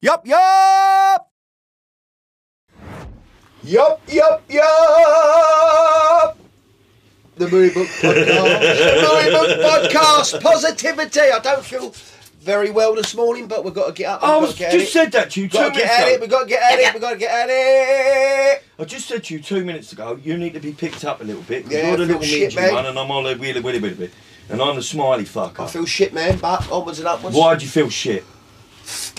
Yup, yup! Yup, yup, yup! The Movie Book Podcast. Movie Book Podcast! Positivity! I don't feel very well this morning, but we've got to get up. I we've was got to get at just it. said that to you two Got to minutes get at it, ago. we've got to get at it, we've got to get at it! I just said to you two minutes ago. You need to be picked up a little bit. 'cause Yeah, you're the I feel little shit, ninja mate. one, and I'm all the willy willy willy willy, and I'm the smiley I fucker. feel shit, man, but onwards and upwards. Why do you feel shit?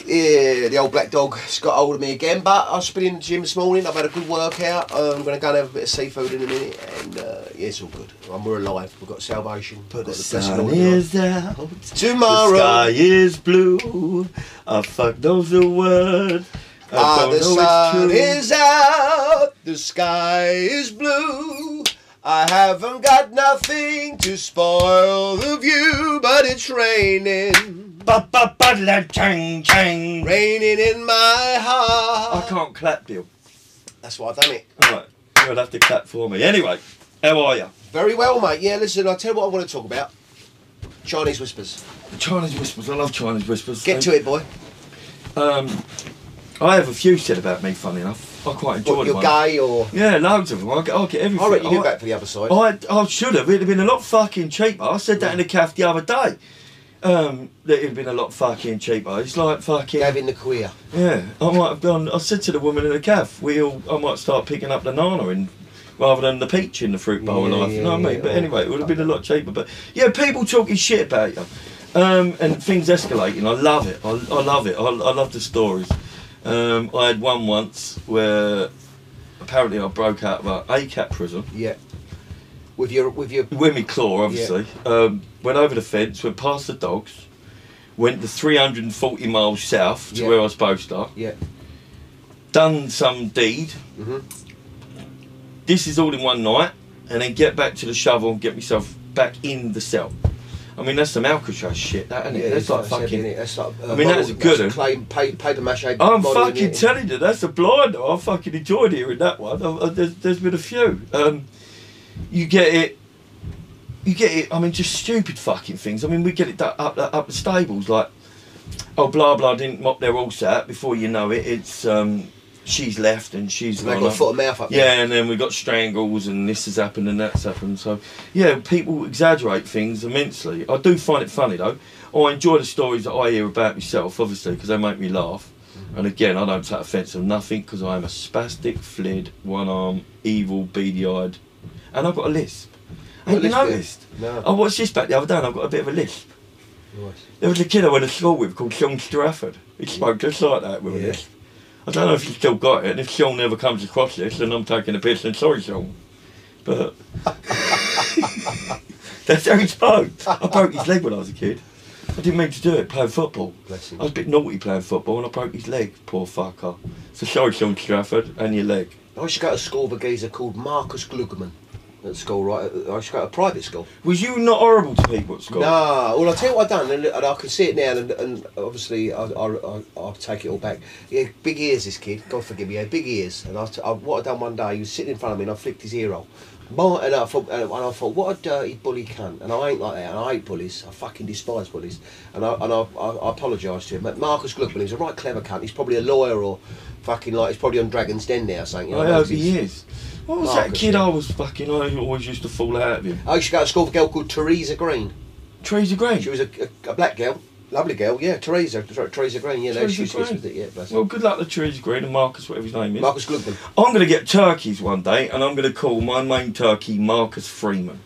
Yeah, Eh, the old black dog's got hold of me again, but I've been in the gym this morning. I've had a good workout. Uh, I'm going to go and have a bit of seafood in a minute, and uh, yeah, it's all good. And we're alive. We've got salvation. We've got the blessing on us. out. The sky tomorrow. is blue. I fuck knows the word. I Ah, don't the know sun it's true. is out. The sky is blue. I haven't got nothing to spoil the view, but it's raining, Ba ba ba la chang chang. raining in my I heart. can't clap, Bill. That's why I've done it. All right, you'll have to clap for me. Anyway, how are you? Very well, mate. Yeah, listen, I'll tell you what I want to talk about. Chinese whispers. The Chinese whispers. I love Chinese whispers. Get to it, boy. Um, I have a few said about me. Funny enough, I quite enjoy What, them. you're gay or. Yeah, loads of them. I get, I get everything. I reckon you I- do back for the other side. I, I should have. It'd have been a lot fucking cheaper. I said that in the cafe the other day. Um, that it'd been a lot fucking cheaper. It's like fucking. Gavin the queer. Yeah, I might have done. I said to the woman in the cafe, we all. I might start picking up the nana and rather than the peach in the fruit bowl Yeah, life. yeah, you know what I mean? yeah. But anyway, it would have been a lot cheaper. But yeah, people talking shit about you, um, and things escalating. I love it. I, I love it. I, I love the stories. Um, I had one once where apparently I broke out of a ACAP prison. Yeah. With your with your With me claw, obviously. Um, went over the fence, went past the dogs, went the 340 miles south to Yeah. where I was supposed to. yeah. Done some deed. Mhm. This is all in one night, and then get back to the shovel and get myself back in the cell. I mean, that's some Alcatraz shit, that isn't yeah it? That's it's like heavy, fucking. innit? That's like. uh, I mean, that's a good eh? That's clay, pa- paper mache. I'm model, fucking innit? telling you, that's a blinder. I fucking enjoyed hearing that one. I, I, there's, there's been a few. Um, you get it. You get it. I mean, just stupid fucking things. I mean, we get it up up, up the stables like, oh blah blah didn't mop their all out. Before you know it, it's um, she's left and she's And they gone got up. foot and mouth up there. Yeah, and then we got strangles, and this has happened, and that's happened. So, yeah, people exaggerate things immensely. I do find it funny though. Oh, I enjoy the stories that I hear about myself, obviously, because they make me laugh. Mm-hmm. And again, I don't take offence to nothing because I am a spastic, flid, one arm, evil, beady eyed, and I've got a lisp. What Have you lisp do you- noticed? No. I watched this back the other day, and I've got a bit of a lisp. Nice. There was a kid I went to school with called Sean Strafford. He spoke just like that with Yeah. a lisp. I don't know if he's still got it, and if Sean ever comes across this, then I'm taking a piss, and sorry, Sean. But that's how he spoke. I broke his leg when I was a kid. I didn't mean to do it, playing football. Bless him. I was a bit naughty playing football, and I broke his leg, poor fucker. So sorry, Sean Strafford, and your leg. I used to go to school with a geezer called Marcus Glugman at school, right? I used to go to a private school. Was you not horrible to people at school? Nah, well, I'll tell you what I've done, and, and I can see it now, and, and obviously I, I, I, I'll take it all back. Yeah, big ears, this kid, God forgive me, yeah, big ears. And I, t- I- what I'd done one day, he was sitting in front of me, and I flicked his ear off. My, and, I thought, and I thought, what a dirty bully cunt. And I ain't like that, and I hate bullies, I fucking despise bullies. And I, and I, I, I apologised to him. But Marcus Gluckman, he's a right clever cunt, he's probably a lawyer or fucking like, he's probably on Dragon's Den now or something. you know, I those hope is- Oh, he is. What was that Marcus, kid yeah. I was fucking, I always used to fall out of him? I used to go to school with a girl called Teresa Green. Teresa Green. She was a, a, a black girl, lovely girl, yeah. Teresa, sorry, Teresa Green, yeah, no, Teresa she was Green. with it, yeah. Bless her. Well, good luck to Theresa Green and Marcus, whatever his name is. Marcus Glugman. I'm going to get turkeys one day, and I'm going to call my main turkey Marcus Freeman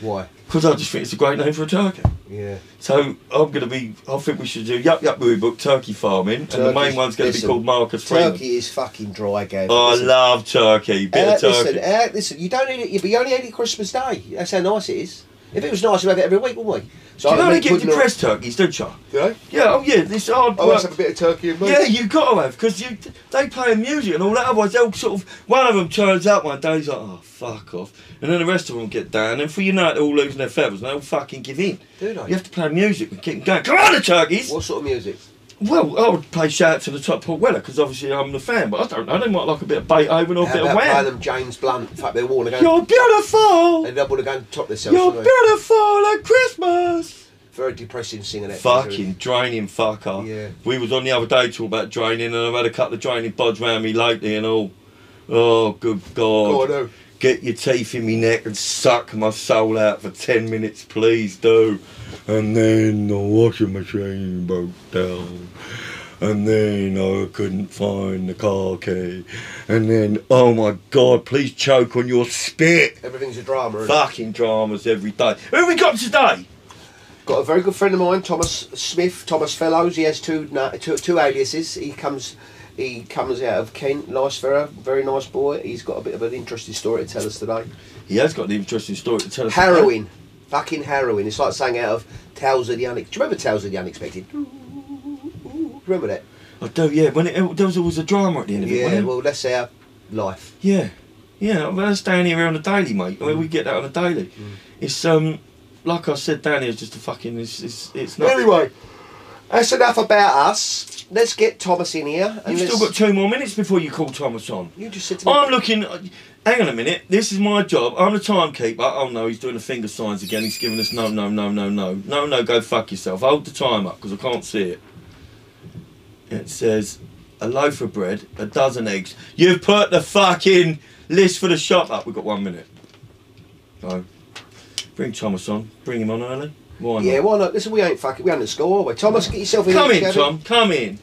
Why? because I just think it's a great name for a turkey. Yeah. So I'm going to be. I think we should do yup yup movie book turkey farming, and the main Turkeys- one's going to be listen, called Marcus Freeman. Turkey is fucking dry, Gav. Oh, I Listen, love turkey. Bit uh, of turkey. Listen, uh, listen, you don't need it, but you only eat it Christmas Day. That's how nice it is. If it was nice, we'd have it every week, wouldn't we? do you I only mean, get wouldn't depressed turkeys, don't you? I, you know? Yeah, oh yeah, this hard I work. always have a bit of turkey in me. Yeah, you got to have because you they play music and all that. Otherwise, they'll sort of one of them turns up one day. He's like, oh fuck off, and then the rest of them get down. And for you know, it, they're all losing their feathers and they all fucking give in. Do they? You have to play music and keep them going. Come on, the turkeys. What sort of music? Well, I would play shout out to the top Paul Weller because obviously I'm the fan, but I don't know. They might like a bit of Beethoven or a How bit of about play Wham. them James Blunt? In fact, they want to go. You're beautiful. They don't want to go and top themselves. You're don't they? beautiful at Christmas. very depressing singing. that. Fucking draining fucker. Yeah. We was on the other day talking about draining, and I've had a couple of draining pods round me lately and all. Oh, good Oh, God. no. Get your teeth in me neck and suck my soul out for 10 minutes, please do. And then the washing machine broke down. And then I couldn't find the car key. And then, oh my God, please choke on your spit. Everything's a drama. isn't it? Fucking dramas every day. Who we got today? Got a very good friend of mine, Thomas Smith, Thomas Fellows. He has two na- two, two aliases. He comes he comes out of Kent, nice fella, very nice boy. He's got a bit of an interesting story to tell us today. He has got an interesting story to tell us. Harrowing, fucking harrowing. It's like saying out of Tales of the Unex. Do you remember Tales of the Unexpected? Remember that? I do, Oh, yeah. When it, there was always a drama at the end of it. Yeah. wasn't it? Well, that's our life. yeah, yeah. well, That's down here on a daily, mate. I mean, we get that on a daily. Mm. It's um, like I said, down here is just a fucking. It's it's, it's not. Anyway, that's enough about us. Let's get Thomas in here. And you've let's- still got two more minutes before you call Thomas on. You just sit. to me- I'm looking. Hang on a minute. This is my job. I'm the timekeeper. Oh no, he's doing the finger signs again. He's giving us no, no, no, no, no, no, no. Go fuck yourself. Hold the time up because I can't see it. It says a loaf of bread, a dozen eggs. You've put the fucking list for the shop up. We've got one minute. No. Bring Thomas on. Bring him on early. Why not? Yeah, why not? Listen, we ain't fucking, we ain't at school, are we? Thomas, get yourself in Come here. in, Gavin. Tom. Come in.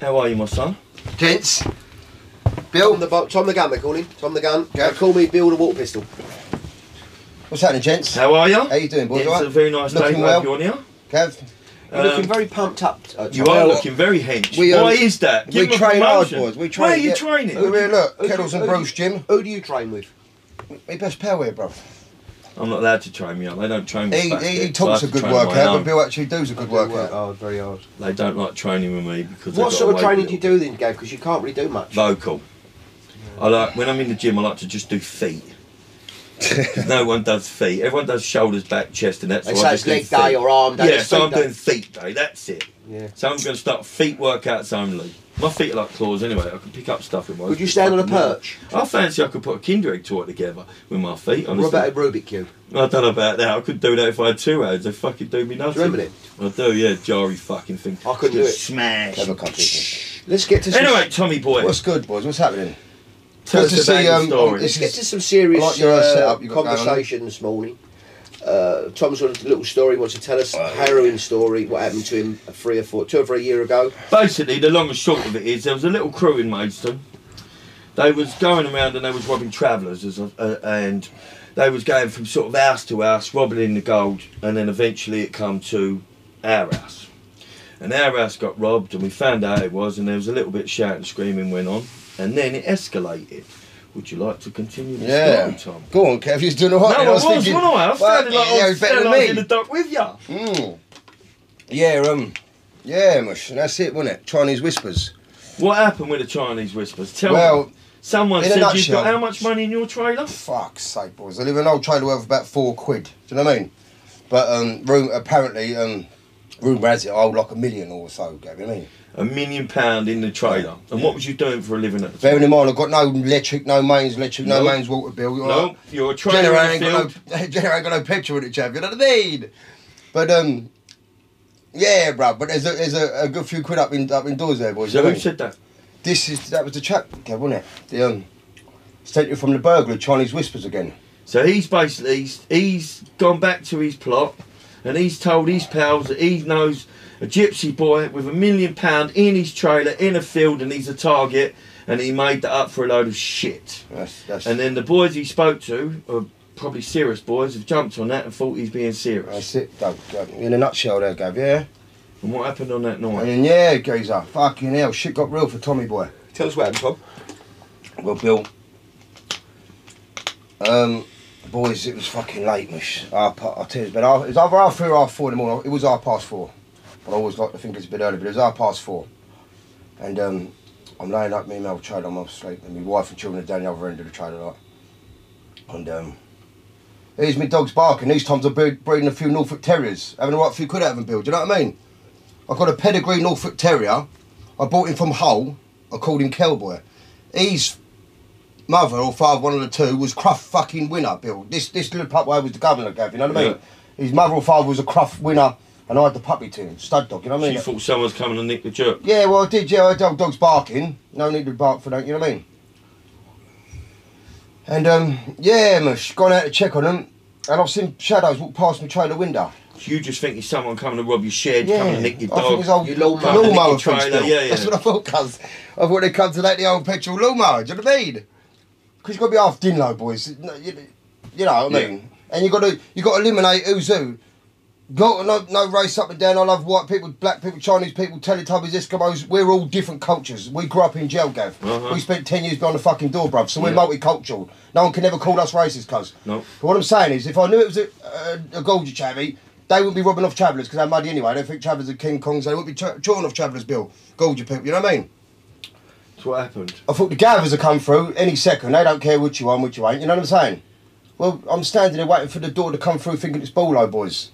How are you, my son? Gents, Tom Bill, the, bo- Tom the gun, they call him. Tom the gun. They call me Bill the water pistol. what's happening, gents? How are you? How you doing, boys? It's Alright? a very nice day Looking to well. have you on here. Kev, You're looking Um, very pumped up. Uh, Tom. You are looking very hench. we, um, Why is that? we Give 'em a train hard, promotion. boys. We train. Where are you yeah. training? We're here, look, Who do you- Kettles and who do you- Bruce, Jim. Who do you train with? My best pal here, bro. I'm not allowed to train me up. They don't train me. He, fat he, he kids, so I talks a have to good train on my workout, but own. Bill actually does a good workout. Oh, very hard. They don't like training with me because. What they've sort got of away training with do you it. do then, Gav? Because you can't really do much. Vocal. I like when I'm in the gym. I like to just do feet. 'Cause no one does feet. Everyone does shoulders, back, chest, and that's. They why say I it's just do leg day feet. or arm day. Yeah, it's so feet I'm day. doing feet day. That's it. Yeah. So I'm going to start feet workouts only. My feet are like claws anyway. I can pick up stuff in my. Could you stand on a perch? I fancy I could put a Kinder egg toy together with my feet. What Honestly. about a Rubik cube? I don't know about that. I could do that if I had two hands. They fucking do me nothing. Do you remember it? I do, yeah. Jarry fucking thing. I couldn't do Just it. Smash. Clever cunt, isn't Let's get to some, Anyway, Tommy boy. What's good, boys? What's happening? tell good us to about see, your um, story. Let's this get is- to some serious I like your, uh, uh, setup you've got going on. conversation this morning. Uh, Tom's got a little story he wants to tell us, a harrowing story, what happened to him three or four, two or three year ago. Basically, the long and short of it is there was a little crew in Maidstone. They was going around and they was robbing travellers as a, uh, and they was going from sort of house to house, robbing in the gold, and then eventually it come to our house. And our house got robbed and we found out it was and there was a little bit of shouting and screaming went on and then it escalated. Would you like to continue the Yeah. story, Tom? Go on, Kev, you're doing all No, right. I I was was, thinking, wasn't I? I sounded like fucking I hell, was he's better better than like in the me. dock with you. Mm. Yeah, um, yeah, mush. And that's it, wasn't it? Chinese whispers. What happened with the Chinese whispers? Tell well, me. Someone in a said you've nutshell- got how much money in your trailer? fuck's sake, boys. I live in an old trailer worth about four quid. Do you know what I mean? But um, room apparently um, rumour has it I owe like a million or so. Gavin. you know what I mean? a million pound in the trailer. And what was you doing for a living at the time? Bearing in mind, I've got no electric, no mains, electric, no, No. mains, water bill. you No, know? you're a trailer generator in ain't the got field. no generator ain't got no petrol in it, chap. You know what I mean? But um, yeah, bruv. But there's a there's a, a good few quid up in up indoors there, boys. you So know what I who mean? said that? This is that was the chap, Gav, wasn't it? The um, sent you from the burglar, Chinese whispers again. So he's basically he's, he's gone back to his plot, and he's told his pals that he knows a gypsy boy with a million pound in his trailer in a field, and he's a target, and he made that up for a load of shit. That's that's And then the boys he spoke to, are probably serious boys, have jumped on that and thought he's being serious. that's it. Gav, Gav. In a nutshell, there, Gav. Yeah. And what happened on that night? And yeah, geezer, fucking hell, shit got real for Tommy boy. Tell us what happened, Tom. Well, Bill. Um, boys, it was fucking late, mish. I'll tell you, but half, it was either half three or half four in the morning. It was half past four. But I always like to think it's a bit early, but it was half past four. And um, I'm laying up, me and my old trailer, I'm asleep, and my wife and children are down the other end of the trailer, like. And um, here's my dogs barking. These times I'm breed- breeding a few Norfolk Terriers, having a right few quid out of them, Bill. Do you know what I mean? I got a pedigree Norfolk Terrier. I bought him from Hull. I called him Cowboy. He's mother or father, one of the two, was Cruff fucking winner, Bill. This this little pup I was the governor, Gav, you know what I mean? His mother or father was a Cruff winner, and I had the puppy to him, stud dog. You know what I She mean? thought someone's coming and nicked the jerk. Yeah, well, I did. Yeah, I had dog dogs barking. No need to bark for that. You know what I mean? And um, yeah, mush. Gone out to check on them, and I've seen shadows walk past my trailer window. You just think it's someone coming to rob your shed, Yeah, coming to nick your I think dog. it's old your lawnmower. Nick your lawnmower thing trailer, still. yeah, yeah. That's what I thought, cuz. I thought they come to like the old petrol lawnmower. Do you know what I mean? Because you've got to be half din low, boys. No, You you know what I Yeah. mean? And you got to you got to eliminate who's who. Got no, no race up and down. I love white people, black people, Chinese people, Teletubbies, Eskimos. We're all different cultures. We grew up in jail, Gav. Uh-huh. We spent 10 years behind the fucking door, bruv. So we're Yeah. multicultural. No one can ever call us racist, cuz. No. But what I'm saying is, if I knew it was a, a, a Golgi chavvy, they wouldn't be robbing off travellers because they're muddy anyway. I don't think travellers are King Kongs. They wouldn't be tra- chawing off travellers, Bill. Golgi people, you know what I mean? That's what happened. I thought the gatherers will come through any second. They don't care which you are and which you ain't. You know what I'm saying? Well, I'm standing there waiting for the door to come through thinking it's Bolo boys.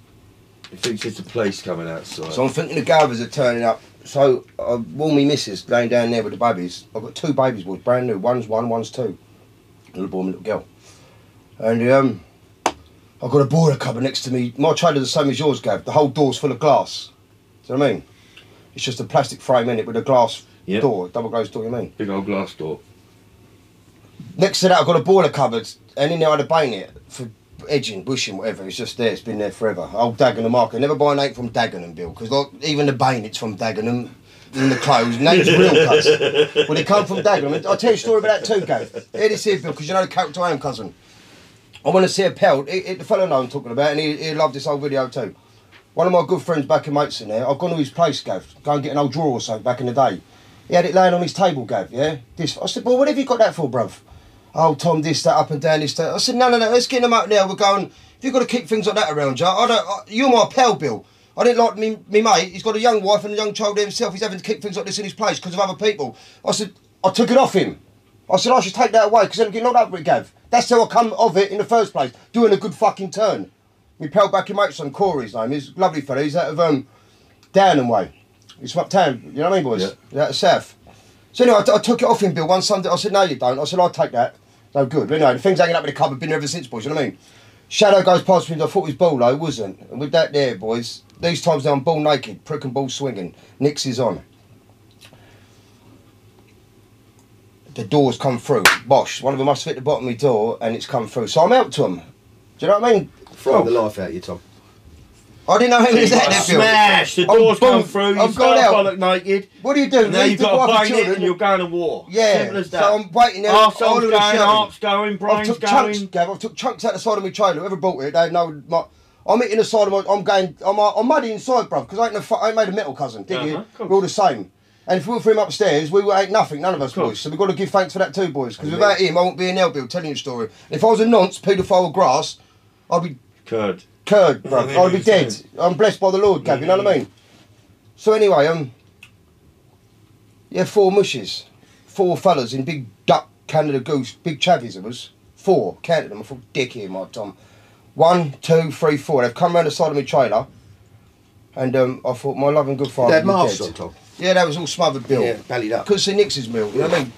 He thinks it's the police coming outside. So I'm thinking the gatherers are turning up. So I warn me missus laying down there with the babies. I've got two babies, boys, brand new. One's one, one's two. Little boy and little girl. And um, I've got a boiler cupboard next to me. My trailer's the same as yours, Gav. The whole door's full of glass. Do you know what I mean? It's just a plastic frame in it with a glass Yeah. door, double glazed door, you mean? Big old glass door. Next to that, I've got a boiler cupboard, and in there I had a bang it for edging, bushing, whatever. It's just there. It's been there forever. Old Dagenham market. Never buy an eight from Dagenham, Bill, because like even the bane, it's from Dagenham. In the clothes, name's real cuz. Well, they come from Dagenham. And I'll tell you a story about that too, Gav. Here this here, Bill, because you know the character I am, cousin. I want to see a pelt. It, it, the fellow I know I'm talking about, and he, he loved this old video too. One of my good friends back in Mates in there, I've gone to his place, Gav, go and get an old drawer or something back in the day. He had it laying on his table, Gav, yeah? This I said, Well, what have you got that for, bruv? Oh, Tom, this, that, up and down, this, that. I said, No, no, no, let's get them out now. We're going, if you've got to keep things like that around you, I don't, I, you're my pal, Bill. I didn't like me, me mate, he's got a young wife and a young child himself, he's having to keep things like this in his place because of other people. I said, I took it off him. I said, I should take that away because I'm getting knocked up with it, Gav. That's how I come of it in the first place, doing a good fucking turn. My pal back in Mates on Corey's name, he's a lovely fella, he's out of um, down and way. He's from uptown, you know what I mean, boys? Yeah. He's out of south. So anyway, I, t- I took it off him, Bill, one Sunday. I said, no, you don't. I said, I'll take that. No good. But anyway, the thing's hanging up in the cupboard, been there ever since, boys, you know what I mean? Shadow goes past me, I thought it was ball, though, it wasn't. And with that there, boys, these times now I'm ball naked, prick and ball swinging. Nix is on. the door's come through. Bosh, one of them must have hit the bottom of my door and it's come through. So I'm out to them. Do you know what I mean? Frighten Oh. the life out of you, Tom. I didn't know who was out there, Bill. Smash! The I'm door's come bum- through, you Oh, I've gone start out. bollock naked. What do you do? Now Leave you've the got wife a bone it and you're going to war. Yeah, Simple as that. so I'm waiting there. Arsehole's all of a going, sudden- heart's going, I've brain's took going. chunks, Gav. I've took chunks out the side of my trailer. Whoever bought it, they know my. I'm hitting the side of my. I'm going. I'm, uh, I'm muddy inside, bruv, because I ain't, no, fu- I ain't made a metal cousin, did Uh-huh, you? of course. We're all the same. And if we were for him upstairs, we were, ain't nothing, none of us course. boys. So we've got to give thanks for that too, boys, because without him, I won't be in hell, Bill, telling you a story. And if I was a nonce, paedophile or grass, I'd be Curd. curd, I bro. mean, I'd be it's dead. true. I'm blessed by the Lord, Gav. You know what I mean? So anyway, um, yeah, four mushes, four fellas in big duck, Canada goose, big chavies of us. Four, counted them. I thought, dick here, my Tom. One, two, three, four. They've come round the side of my trailer, and um, I thought, my loving good father. They had you're masks dead. on, Tom. Yeah, that was all smothered, Bill. Yeah, bellied up. Couldn't see Nix's meal. You know what I mean?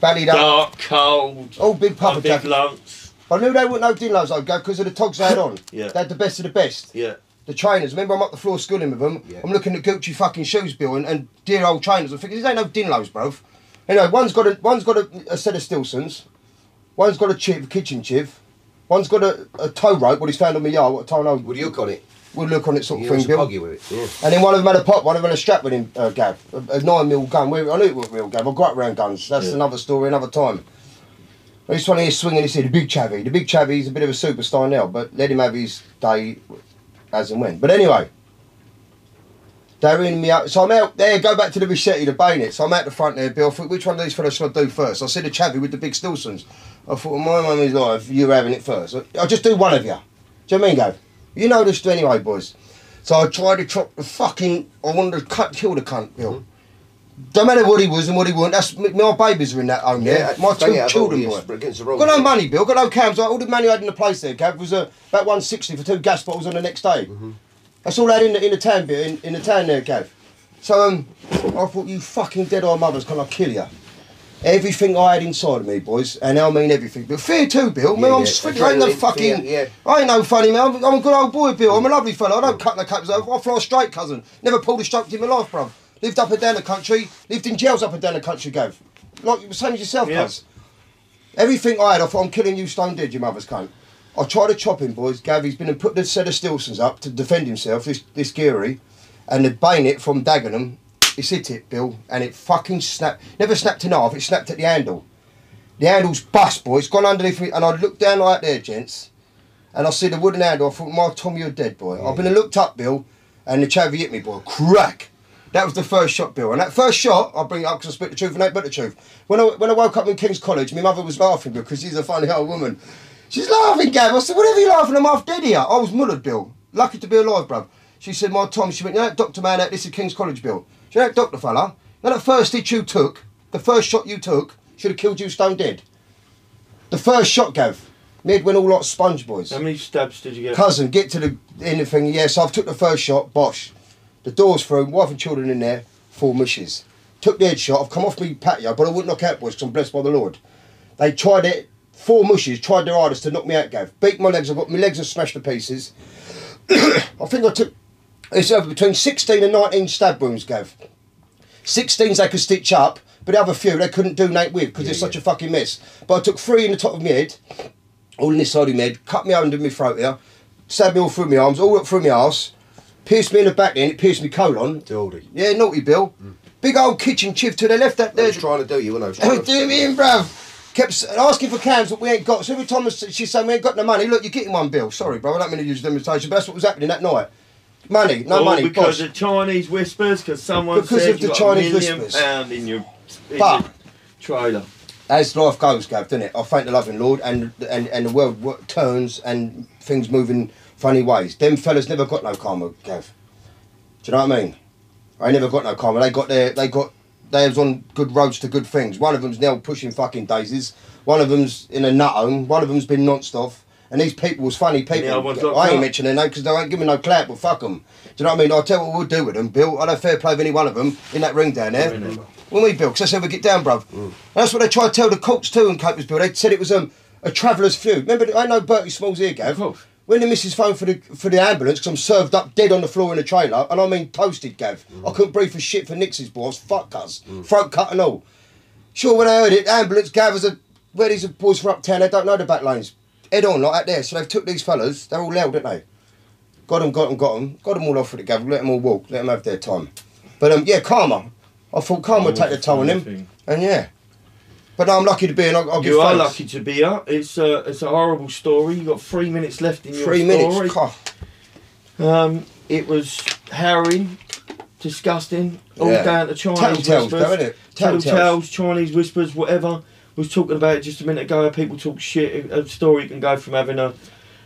Bellied up. Dark, cold. All big puffer big jackets. lumps. I knew they wouldn't know Dinlows I'd go because of the togs they had on. Yeah. They had the best of the best Yeah. the trainers. Remember, I'm up the floor schooling with them. Yeah. I'm looking at Gucci fucking shoes, Bill, and, and dear old trainers. I'm thinking these ain't no dinlos, bruv. Anyway, one's got a one's got a, a set of Stilsons, one's got a chiv, kitchen chiv, one's got a, a tow rope. What he's found on me yard, what a tow rope Would you look on it? would look on it sort of You thing, was Bill. buggy with it. Yeah. And then one of them had a pop, one of them had a strap with him, uh, Gav. A, a nine mil gun. Where, I knew it was real, Gav. I grew up around guns. That's Yeah. another story, another time. But This one here swinging, this here, the big chavvy. The big chavvy, he's a bit of a superstar now, but let him have his day as and when. But anyway, they're in me out. So I'm out there, go back to the Bichetti, the bayonet. So I'm out the front there, Bill. I thought, which one of these fellas should I do first? I see the chavvy with the big Stilsons. I thought, my mummy's life, you're having it first. I'll just do one of you. Do you know what I mean, Gav? You know this anyway, boys. So I tried to chop the fucking. I wanted to cut, kill the cunt, Bill. Don't matter what he was and what he wasn't. That's my- my babies were in that home. Yeah, my bang it two out, children yes, were. Against the Got rules. no money, Bill. Got no cams. All the money I had in the place there, Gav, was uh, about one sixty for two gas bottles on the next day. Mm-hmm. That's all I had in the in the town bit in, in the town there, Gav. So um, I thought you fucking dead eye mothers, can I kill you? Everything I had inside of me, boys, and I mean everything. But fear too, Bill. man, Yeah, I'm yeah. sp- I ain't no Adrenaline, fucking. fear, I ain't no funny man. I'm, I'm a good old boy, Bill. I'm a lovely fella. I don't cut the capes over. I fly straight, cousin. Never pulled a stroke in my life, bruv. Lived up and down the country. Lived in jails up and down the country, Gav. Like the same as yourself, Yeah. cuz. Everything I had, I thought I'm killing you, stone dead, your mother's cunt. I tried to chop him, boys. Gav, he's been and put the set of Stilsons up to defend himself, this, this Geary, and the bayonet from Dagenham, it's hit it, Bill, and it fucking snapped. Never snapped in half, it snapped at the handle. The handle's bust, boy. It's gone underneath me, and I looked down right there, gents, and I see the wooden handle. I thought, my Tommy, you're dead, boy. I've been and looked up, Bill, and the chavvy hit me, boy. Crack. That was the first shot, Bill. And that first shot, I bring it up because I spit the truth and ain't but the truth. When I, when I woke up in King's College, my mother was laughing because she's a funny old woman. She's laughing, Gav. I said, whatever you laughing? I'm half dead here. I was mullered, Bill. Lucky to be alive, bruv. She said, my Tom, she went, you know that doctor man out, this is King's College, Bill. She know that doctor fella, you know that first hit you took, the first shot you took, should have killed you stone dead. The first shot, Gav. Mid went all like sponge boys. How many stabs did you get? Cousin, get to the anything. Yes, I've took the first shot. Bosh. The door's through. Wife and children in there. Four mushes. Took the head shot. I've come off me patio, but I wouldn't knock out boys because I'm blessed by the Lord. They tried it. Four mushes tried their hardest to knock me out, Gav. Beat my legs. I got my legs are smashed to pieces. I think I took. It's over between 16 and 19 stab wounds, Gav. 16s they could stitch up, but the other few they couldn't do nothing with because it's such a fucking mess. But I took three in the top of my head, all in this side of my head, cut me under my throat here, stabbed me all through my arms, all up through my arse, pierced me in the back end, it pierced me colon. Dildy. Yeah, naughty Bill. Big old kitchen chief to the left that They there. was trying to do you, weren't they? Oh, uh, do me in, bruv. Kept s- asking for cans that we ain't got. So every time I s- she said we ain't got no money, look, you're getting one, Bill. Sorry, bro, I don't mean to use the demonstration, but that's what was happening that night. Money, no All money, Oh, because boss. of Chinese whispers, because someone Because said of the you got Chinese a million whispers. pound in your, in But- your trailer. as life goes, Gav, doesn't it? I thank the loving Lord, and and and the world wo- turns and things move in funny ways. Them fellas never got no karma, Gav. Do you know what I mean? I never got no karma. They got their they got they was on good roads to good things. One of them's now pushing fucking daisies. One of them's in a nut home. One of them's been nonstop. And these people was funny people. other one's I locked ain't up. mentioning them because they ain't giving no clap, but fuck them. Do you know what I mean? I'll tell you what we'll do with them, Bill. I'd have fair play with any one of them in that ring down there. Really? When we built, 'cause that's how we get down, bruv. Mm. That's what they tried to tell the Colts too in Capers Bill. They said it was um, a traveller's feud. Remember, I know Bertie Smalls here, Gav. Of course. When the missus phoned for the for the ambulance, 'cause I'm served up dead on the floor in the trailer, and I mean toasted, Gav. Mm. I couldn't breathe for shit for Nix's boss. Fuck us, throat cut and all. Sure, when I heard it, ambulance gathers a where these boys from uptown, they don't know the back lanes. Head on, like out there. So they've took these fellas, they're all loud, don't they? Got them, got them, got them. Got them all off with the gavel, let them all walk, let them have their time. But um, yeah, karma. I thought karma would take the toll on him, Thing. and yeah. But no, I'm lucky to be, and I'll, I'll give You are thanks. lucky to be here. It's a it's a horrible story. You got three minutes left in your Three story. minutes. cough. Um, it was harrowing, disgusting, all Yeah. down to Chinese Tattletales, whispers. though, innit? Tattletales, Tattletales. Chinese whispers, whatever. Was talking about it just a minute ago. How people talk shit. A story can go from having a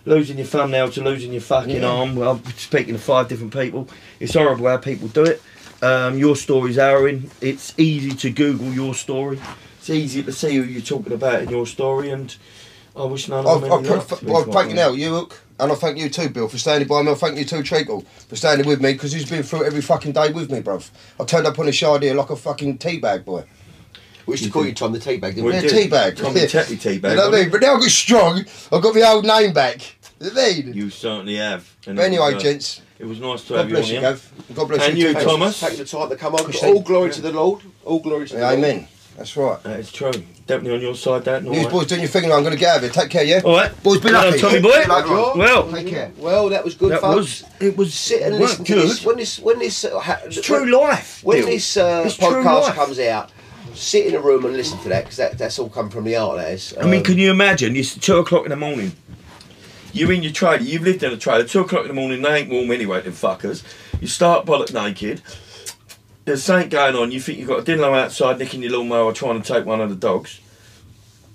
losing your thumbnail to losing your fucking Yeah. arm. Well, I'm speaking to five different people. It's horrible how people do it. Um, your story's harrowing. It's easy to Google your story. It's easy to see who you're talking about in your story, and I wish none of I've, them. I've, ended put- up, to be well, quite thank you honest. now, you look, and I thank you too, Bill, for standing by me. I thank you too, Treacle, for standing with me because he's been through it every fucking day with me, bruv. I turned up on a shard here like a fucking teabag boy. We used to call you Tom the Teabag, didn't We we? Yeah, did. teabag. Tommy Tetty teabag, You know what I wasn't mean? But now I got strong. I've got my old name back. You know what I mean? You certainly have. And But it was, anyway, uh, gents, It was nice to God have you on bless you, here. Gav. God bless And you, you, too. Tom. Thomas. Taking the time to come over. Christian. All glory to the Lord. All glory to the Yeah, Lord. amen. That's right. That is true. Definitely on your side, that. and all News that. boys doing your thing now. I'm going to get out of here. Take care, yeah? All right. Boys, be Well done, lucky. Tommy boy. Be lucky. Well, Take care. Well, that was good, that folks. was it was Sit and it listen weren't to good. this. When this, when this, uh, ha- It's true life. when Bill. this uh, It's true podcast life. comes out, sit in a room and listen to that because that, that's all come from the art. That is. I mean, Um, can you imagine? It's two o'clock in the morning. You're in your trailer. You've lived in a trailer. Two o'clock in the morning. They ain't warm anyway. Them fuckers. You start bollock naked. There's something going on. You think you've got a dinner outside nicking your lawnmower, trying to take one of the dogs.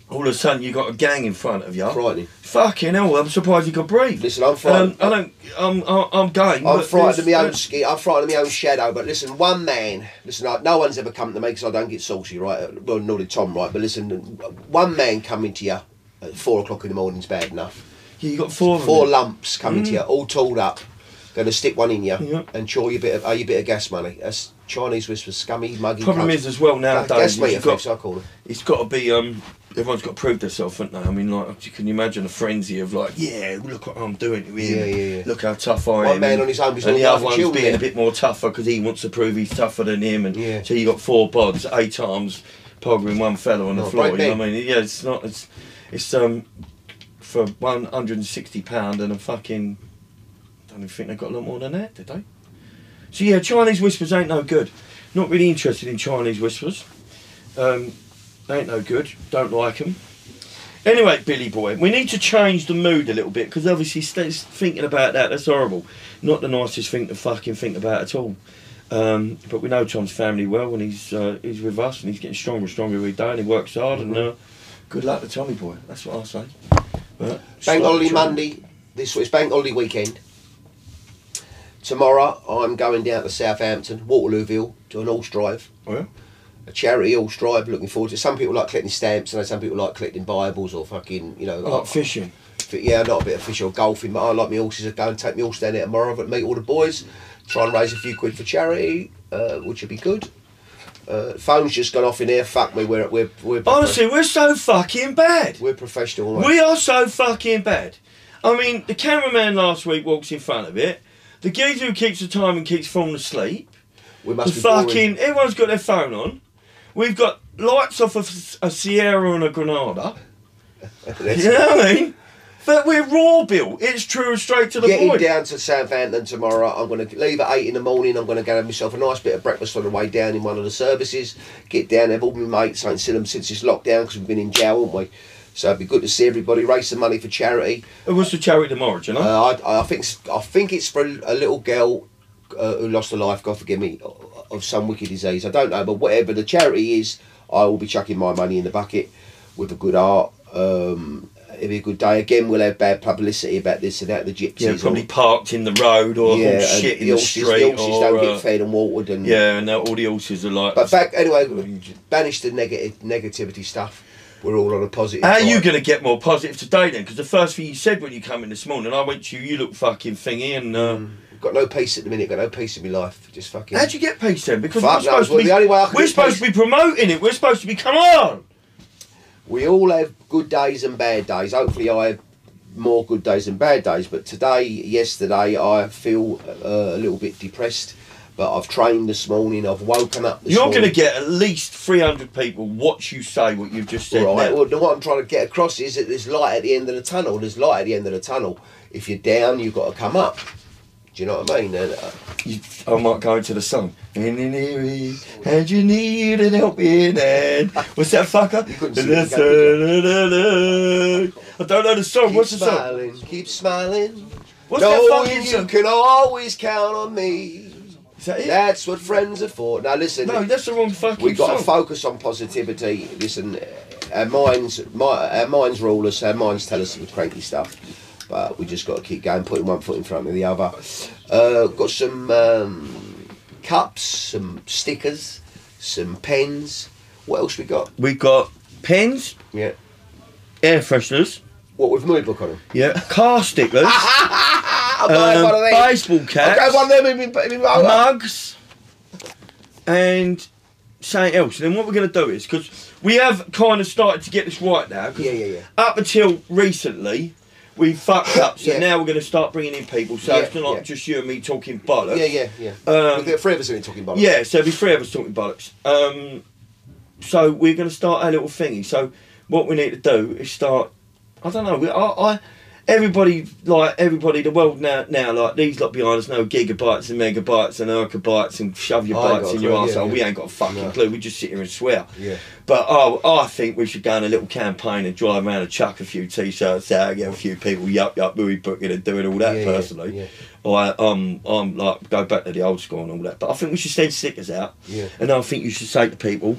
All of a sudden, you got a gang in front of you. frightening. Fucking hell! I'm surprised you could breathe. Listen, I'm Um, frightened. I don't. I'm. I'm, I'm game. I'm but frightened of there's- my own skin. I'm frightened of my own shadow. But listen, one man. Listen, I, no one's ever come to me because I don't get saucy, right? Well, nor did Tom, right? But listen, one man coming to you at four o'clock in the morning's bad enough. Yeah, you got four. Mm. of Four them. lumps coming to you, all tooled up. Going to stick one in you Yeah. uh, and chaw you a bit of, owe you a bit of gas money. That's Chinese whispers, scummy, muggy. Problem cunt. is as well Ga- nowadays. gas meat You've got, effects, I call them. it's got to be um, everyone's got to prove themselves, haven't they? I mean, like you can imagine a frenzy of like, yeah, look what I'm doing to him. Yeah, yeah, yeah. Look how tough I am. One man and- on his own is and not the allowed other to one's chill being there. a bit more tougher because he wants to prove he's tougher than him. And Yeah. so you got four pods, eight arms, pogging one fellow on the Not a floor. You Oh, great know what big. I mean? Yeah, it's not. It's it's um for one hundred and sixty pound and a fucking. I don't even think they got a lot more than that, did they? So yeah, Chinese whispers ain't no good. Not really interested in Chinese whispers. Um, they ain't no good. Don't like them. Anyway, Billy Boy, we need to change the mood a little bit because obviously st- thinking about that, that's horrible. Not the nicest thing to fucking think about at all. Um, but we know Tom's family well and he's uh, he's with us and he's getting stronger and stronger every day and he works hard and uh, good luck to Tommy Boy. That's what I say. But Bank stop holiday trying- Monday. This it's bank holiday weekend. Tomorrow I'm going down to Southampton, Waterlooville, to an horse drive, Well, a charity horse drive. Looking forward to. it. Some people like collecting stamps, and some people like collecting Bibles or fucking you know. I like fishing. Fi- yeah, I like a bit of fish or golfing, but I like my horses. I go and take my horse down there tomorrow, but meet all the boys, try and raise a few quid for charity, uh, which would be good. Uh, phone's just gone off in there. Fuck me, we're we're we're Honestly, we're so fucking bad. we're professional. mate. We are so fucking bad. I mean, the cameraman last week walks in front of it. The geezer who keeps the time and keeps falling asleep. we The must be boring. fucking everyone's got their phone on. We've got lights off of a Sierra and a Granada. That's- You know what I mean? But we're raw built. It's true and straight to the Getting point. down to Southampton tomorrow. I'm going to leave at eight in the morning. I'm going to go have myself a nice bit of breakfast on the way down in one of the services. Get down there, have all my mates. I ain't seen them since it's lockdown because we've been in jail, haven't we? So it'd be good to see everybody. Raise some money for charity. It was the charity tomorrow, do you know? Uh, I, I think I think it's for a little girl uh, who lost her life. God forgive me of some wicked disease. I don't know, but whatever the charity is, I will be chucking my money in the bucket with a good heart. Um, it'll be a good day. Again, we'll have bad publicity about this and that. The gypsies, yeah, or- probably parked in the road or all and shit in the, horses- street. horses or, don't uh, get fed and watered and yeah, and now all the horses are like. But back anyway, Mm. banish the negative negativity stuff. We're all on a positive. How are you side. going to get more positive today then? Because the first thing you said when you come in this morning, I went to you, you look fucking thingy, and. Uh, Got no peace at the minute. Got no peace in my life. Just fucking. How'd you get peace then? Because Fuck we're supposed knows, to well, be, the only way I could we're get supposed to be promoting it. We're supposed to be, come on! we all have good days and bad days. Hopefully, I have more good days than bad days. But today, yesterday, I feel uh, a little bit depressed. But I've trained this morning. I've woken up. This You're morning. going to get at least 300 people watch you say what you've just said. All right. now. Well, what I'm trying to get across is that there's light at the end of the tunnel. There's light at the end of the tunnel. If you're down, you've got to come up. Do you know what I mean? And, uh, You- I might go into the song. And in here is, and you need an helping hand. What's that fucker? You couldn't sing it, you I don't know the song. keep What's the song? smiling, keep smiling. What's knowing that fucking you song? can always count on me. Is that it? That's what friends are for. Now listen, no, that's the wrong fucking we've got to song. focus on positivity. Listen, uh, our minds, mi our minds rule us. Our minds tell us the cranky stuff. But we just got to keep going, putting one foot in front of the other. Uh, got some um, cups, some stickers, some pens. What else we got? we got pens, Yeah. air fresheners, What with my book on them? yeah, car sticklers, I'm um, buying Ah, one of these. baseball I'll caps. grab one of them in my- in my roller. mugs and something else. And then what we're going to do is because we have kind of started to get this right now. 'cause Yeah, yeah, yeah. Up until recently, we fucked up. So Yeah. now we're going to start bringing in people. So Yeah, it's not yeah. just you and me talking bollocks. Yeah, yeah, yeah. Um, We've got three of us in talking about it. Yeah, so it'll be three of us talking bollocks. Um, so we're going to start our little thingy. So what we need to do is start. I don't know. We, I, I, everybody like everybody. The world now, now like these lot behind us know gigabytes and megabytes and erkabytes and shove your I ain't got bites a in clue, your yeah, arsehole. yeah. We ain't got a fucking No. clue. We just sit here and swear. Yeah. But oh, I think we should go on a little campaign and drive around and chuck a few t-shirts out, get a few people yup yup booey booking and doing all that Yeah, yeah, personally. yeah. I um I'm like go back to the old school and all that. But I think we should send stickers out. Yeah. And I think you should say to people,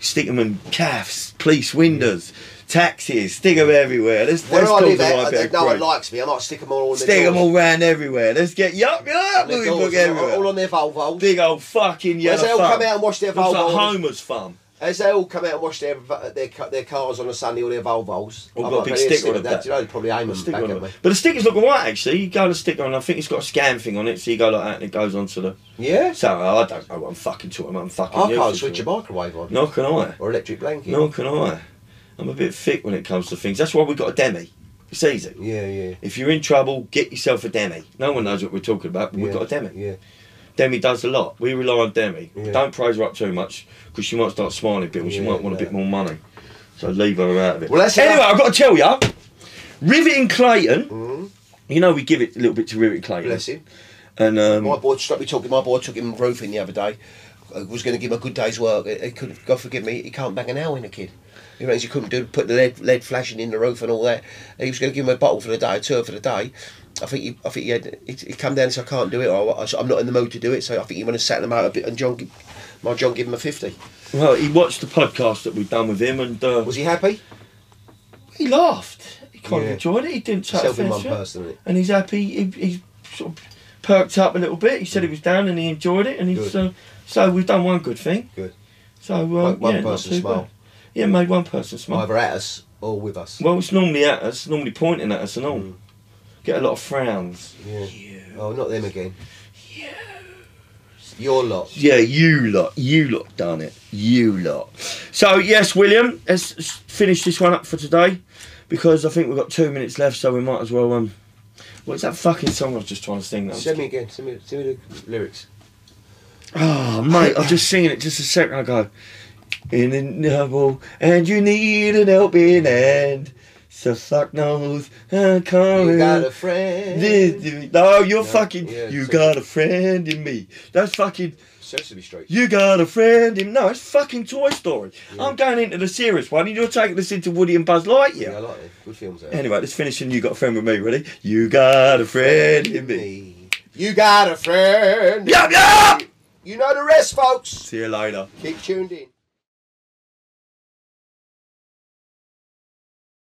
stick them in calves, police windows, taxis, stick them everywhere. Let's, Where let's I cause live a at, right bit I- of no one grief. likes me. I might stick them all on the Stick them all round everywhere. Let's get yup yup booey book all, everywhere. all on their Volvos. Big old fucking yellow Where's they all thumb. come out and wash their Looks like Volvos? Homer's farm. As they all come out and wash their va- their ca- their cars on a Sunday or their Volvos, All I got a might big put sticker on at the that, back. You know, they probably aim them Stick back on at it. me. But the sticker's looking white actually. You go to stick on, I think it's got a scan thing on it, so you go like that and it goes onto the. Yeah, So I don't know what I'm fucking talking about. I'm fucking. I can't useless, switch a man. microwave on Nor can I. or electric blanket. Nor can I. I'm a bit thick when it comes to things. That's why we got a demi. It's easy. Yeah, yeah. If you're in trouble, get yourself a demi. No one knows what we're talking about, but yeah, we've got a demi. Yeah, Demi does a lot. We rely on Demi. Yeah. Don't praise her up too much because she might start smiling a bit and she Yeah, might want no. a bit more money. So leave her out of it. Well, that's anyway, enough. I've got to tell you, Rivet and Clayton. Mhm. You know we give it a little bit to Rivet and Clayton. bless him. And um, My boy, stop me talking. My boy took him roofing the other day. I was going to give him a good day's work. It, it could, God forgive me, he can't bang an hour in a kid. He reckons he couldn't do put the lead, lead flashing in the roof and all that. And he was going to give him a bottle for the day, a tour for the day. I think he, I think he had, he, he come down and said, I can't do it, or I, am not in the mood to do it. So I think he went and sat them out a bit, and John, gi- my John, gave him a fifty. well, he watched the podcast that we've done with him and uh, Was he happy? he laughed. He kind Yeah. of enjoyed it. He didn't take Self in offence one to it. person, isn't it? and he's happy. He, he's sort of perked up a little bit. He said he was down and he enjoyed it. And he's Mm. Good. uh, so we've done one good thing. Good. So uh, Like one yeah, not person too smile. bad. Yeah, made one person smile. Either at us or with us. Well, it's normally at us, normally pointing at us and all. Mm. Get a lot of frowns. Yeah. You. Oh, not them again. Your lot. Yeah, you lot, you lot done it. You lot. So, yes, William, let's s- finish this one up for today because I think we've got two minutes left, so we might as well. um What's that fucking song I was just trying to sing? That was- Send me again. Send me, send me the lyrics. Oh, mate, I was just singing it just a second ago. In a double, and you need an helping hand. So fuck knows, I can't. You got a friend. This- No, you're Yeah, fucking. yeah, you so- got a friend in me. That's fucking. Sesame Street. You got a friend in. No, it's fucking Toy Story. Yeah. I'm going into the serious one, and you're taking us into Woody and Buzz Lightyear. Yeah, I like it. Good films. There. Anyway, let's finish. And you got a friend with me, ready? You got a friend in me. You got a friend. Yup yup. You know the rest, folks. See you later. Keep tuned in.